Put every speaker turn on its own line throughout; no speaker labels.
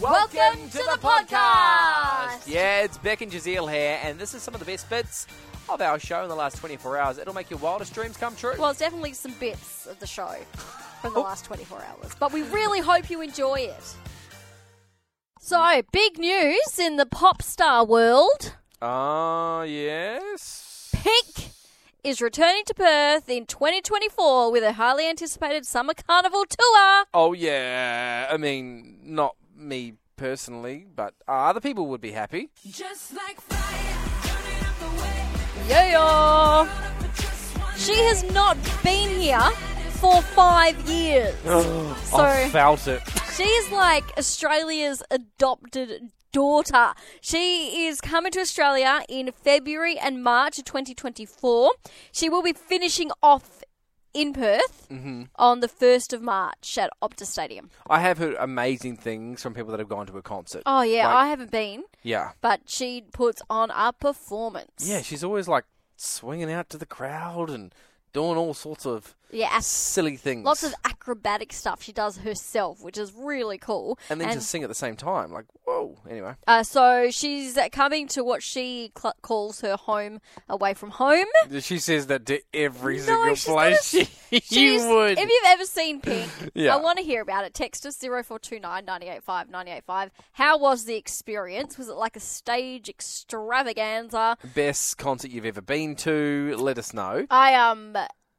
Welcome to the podcast.
Yeah, it's Beck and Giselle here, and this is some of the best bits of our show in the last 24 hours. It'll make your wildest dreams come true.
Well, it's definitely some bits of the show from the last 24 hours, but we really hope you enjoy it. So, big news in the pop star world.
Ah, yes.
Pink is returning to Perth in 2024 with a highly anticipated summer carnival tour.
Oh, yeah. I mean, not me personally, but other people would be happy.
Just like fire, burning up the way,
Yeah.
burn up for just one
She has not been here for 5 years.
Oh.
Oh.
I felt it.
She is like Australia's adopted daughter. She is coming to Australia in February and March of 2024. She will be finishing off in Perth
Mm-hmm.
on the 1st of March at Optus Stadium.
I have heard amazing things from people that have gone to a concert.
Oh, yeah,
Like-
I haven't been,
Yeah.
but she puts on a performance.
Yeah, she's always like swinging out to the crowd and doing all sorts of
Yeah, ac-
silly things.
lots of acrobatic stuff she does herself, which is really cool.
and then just sing at the same time. Like, whoa. Anyway.
Uh, so she's coming to what she cl- calls her home away from home.
She says that to every
No,
single
she's
place
not a-
she,
She's-
you would.
If you've ever seen Pink,
Yeah.
I want to hear about it. Text us 0429 985 985. How was the experience? Was it like a stage extravaganza?
Best concert you've ever been to, let us know.
I um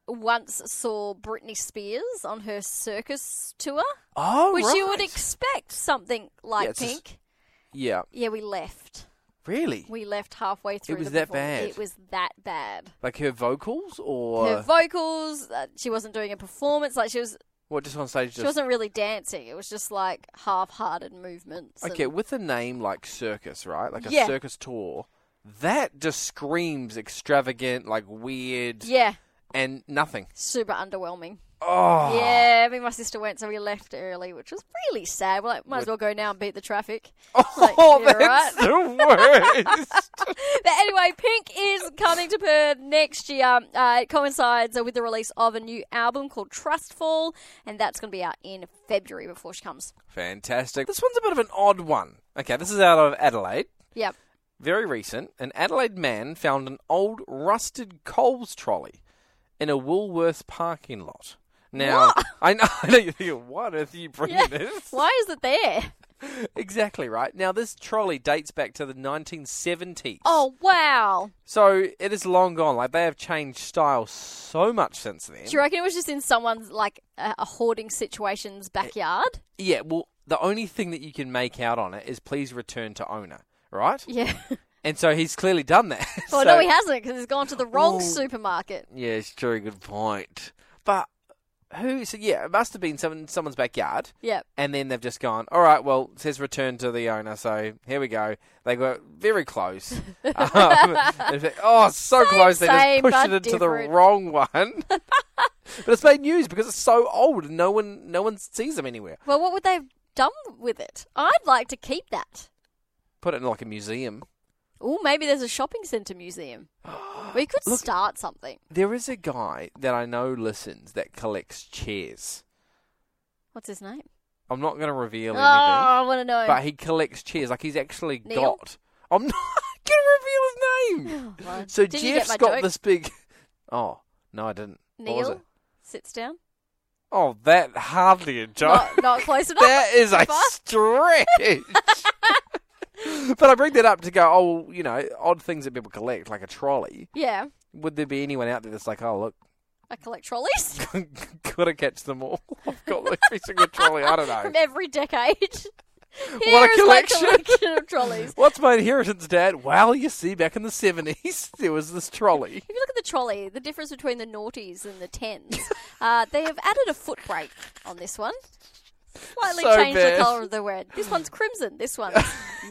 once saw Britney Spears on her circus tour,
Oh,
which you would
right.
expect something like
Yeah, it's
Pink.
just- yeah,
Yeah, we left.
really?
We left halfway through.
was
the
that
performance.
bad?
It was that bad.
Like her vocals or
Her vocals. Uh, she wasn't doing a performance. Like she was.
what? Just on stage, just
She wasn't really dancing. It was just like half-hearted movements. and-
okay with a name like Circus, right? Like a
Yeah.
circus tour. That just screams extravagant, like weird,
Yeah,
and nothing.
super underwhelming. Ah.
Oh,
Yeah, me and my sister went, so we left early, which was really sad. We're like, might as well go now and beat the traffic. Like,
oh,
yeah,
that's
right.
the worst.
But anyway, Pink is coming to Perth next year. Uh, it coincides with the release of a new album called Trustful, and that's going to be out in February before she comes.
Fantastic. This one's a bit of an odd one. Okay, this is out of Adelaide.
Yep.
Very recent, an Adelaide man found an old rusted Coles trolley in a Woolworths parking lot. Now, I know, I know you're thinking, what earth are you bringing
Yeah.
this?
Why is it there?
Exactly right. Now, this trolley dates back to the 1970s.
Oh, wow.
So it is long gone. Like, they have changed style so much since then.
Do you reckon it was just in someone's, like, a, a hoarding situation's backyard?
Yeah, well, the only thing that you can make out on it is please return to owner, right?
Yeah.
And so he's clearly done that.
Well,
So-
no, he hasn't, because he's gone to the wrong
Well-
supermarket.
Yeah, it's true. Good point. But who? So yeah, it must have been someone someone's backyard,
Yep.
and then they've just gone. All right, well, it says return to the owner. So here we go. They got very close. um, in fact- oh, so close. They just
same,
pushed
but
it into
different.
the wrong one. but it's made news because it's so old, and no one no one sees them anywhere.
Well, what would they have done with it? I'd like to keep that.
Put it in like a museum.
Oh, maybe there's a shopping centre museum. We could
Look-
start something.
There is a guy that I know listens that collects chairs.
What's his name?
I'm not going to reveal
Oh,
anything.
I want to know.
But he collects cheers. Like he's actually
Neil?
got. I'm not gonna reveal his name.
Well,
So
didn't you get
Jeff's
my
got
joke?
this big. Oh no, I didn't. What was
Neil
it?
sits down.
Oh, that hardly a joke.
Not, not close enough.
that is a
Fast.
stretch. but I bring that up to go. Oh, you know, odd things that people collect, like a trolley.
Yeah,
Would there be anyone out there that's like, oh look,
I collect trolleys
gotta catch them all. I've got every single trolley. I don't
from
know.
every decade.
What a
Here is my
collection.
collection of trolleys.
What's my inheritance, Dad? Well, you see, back in the seventies, there was this trolley.
If you look at the trolley, the difference between the noughties and the tens, uh, they have added a foot brake on this one. Slightly
So
changed
bad.
the colour of the red. This one's crimson. This one's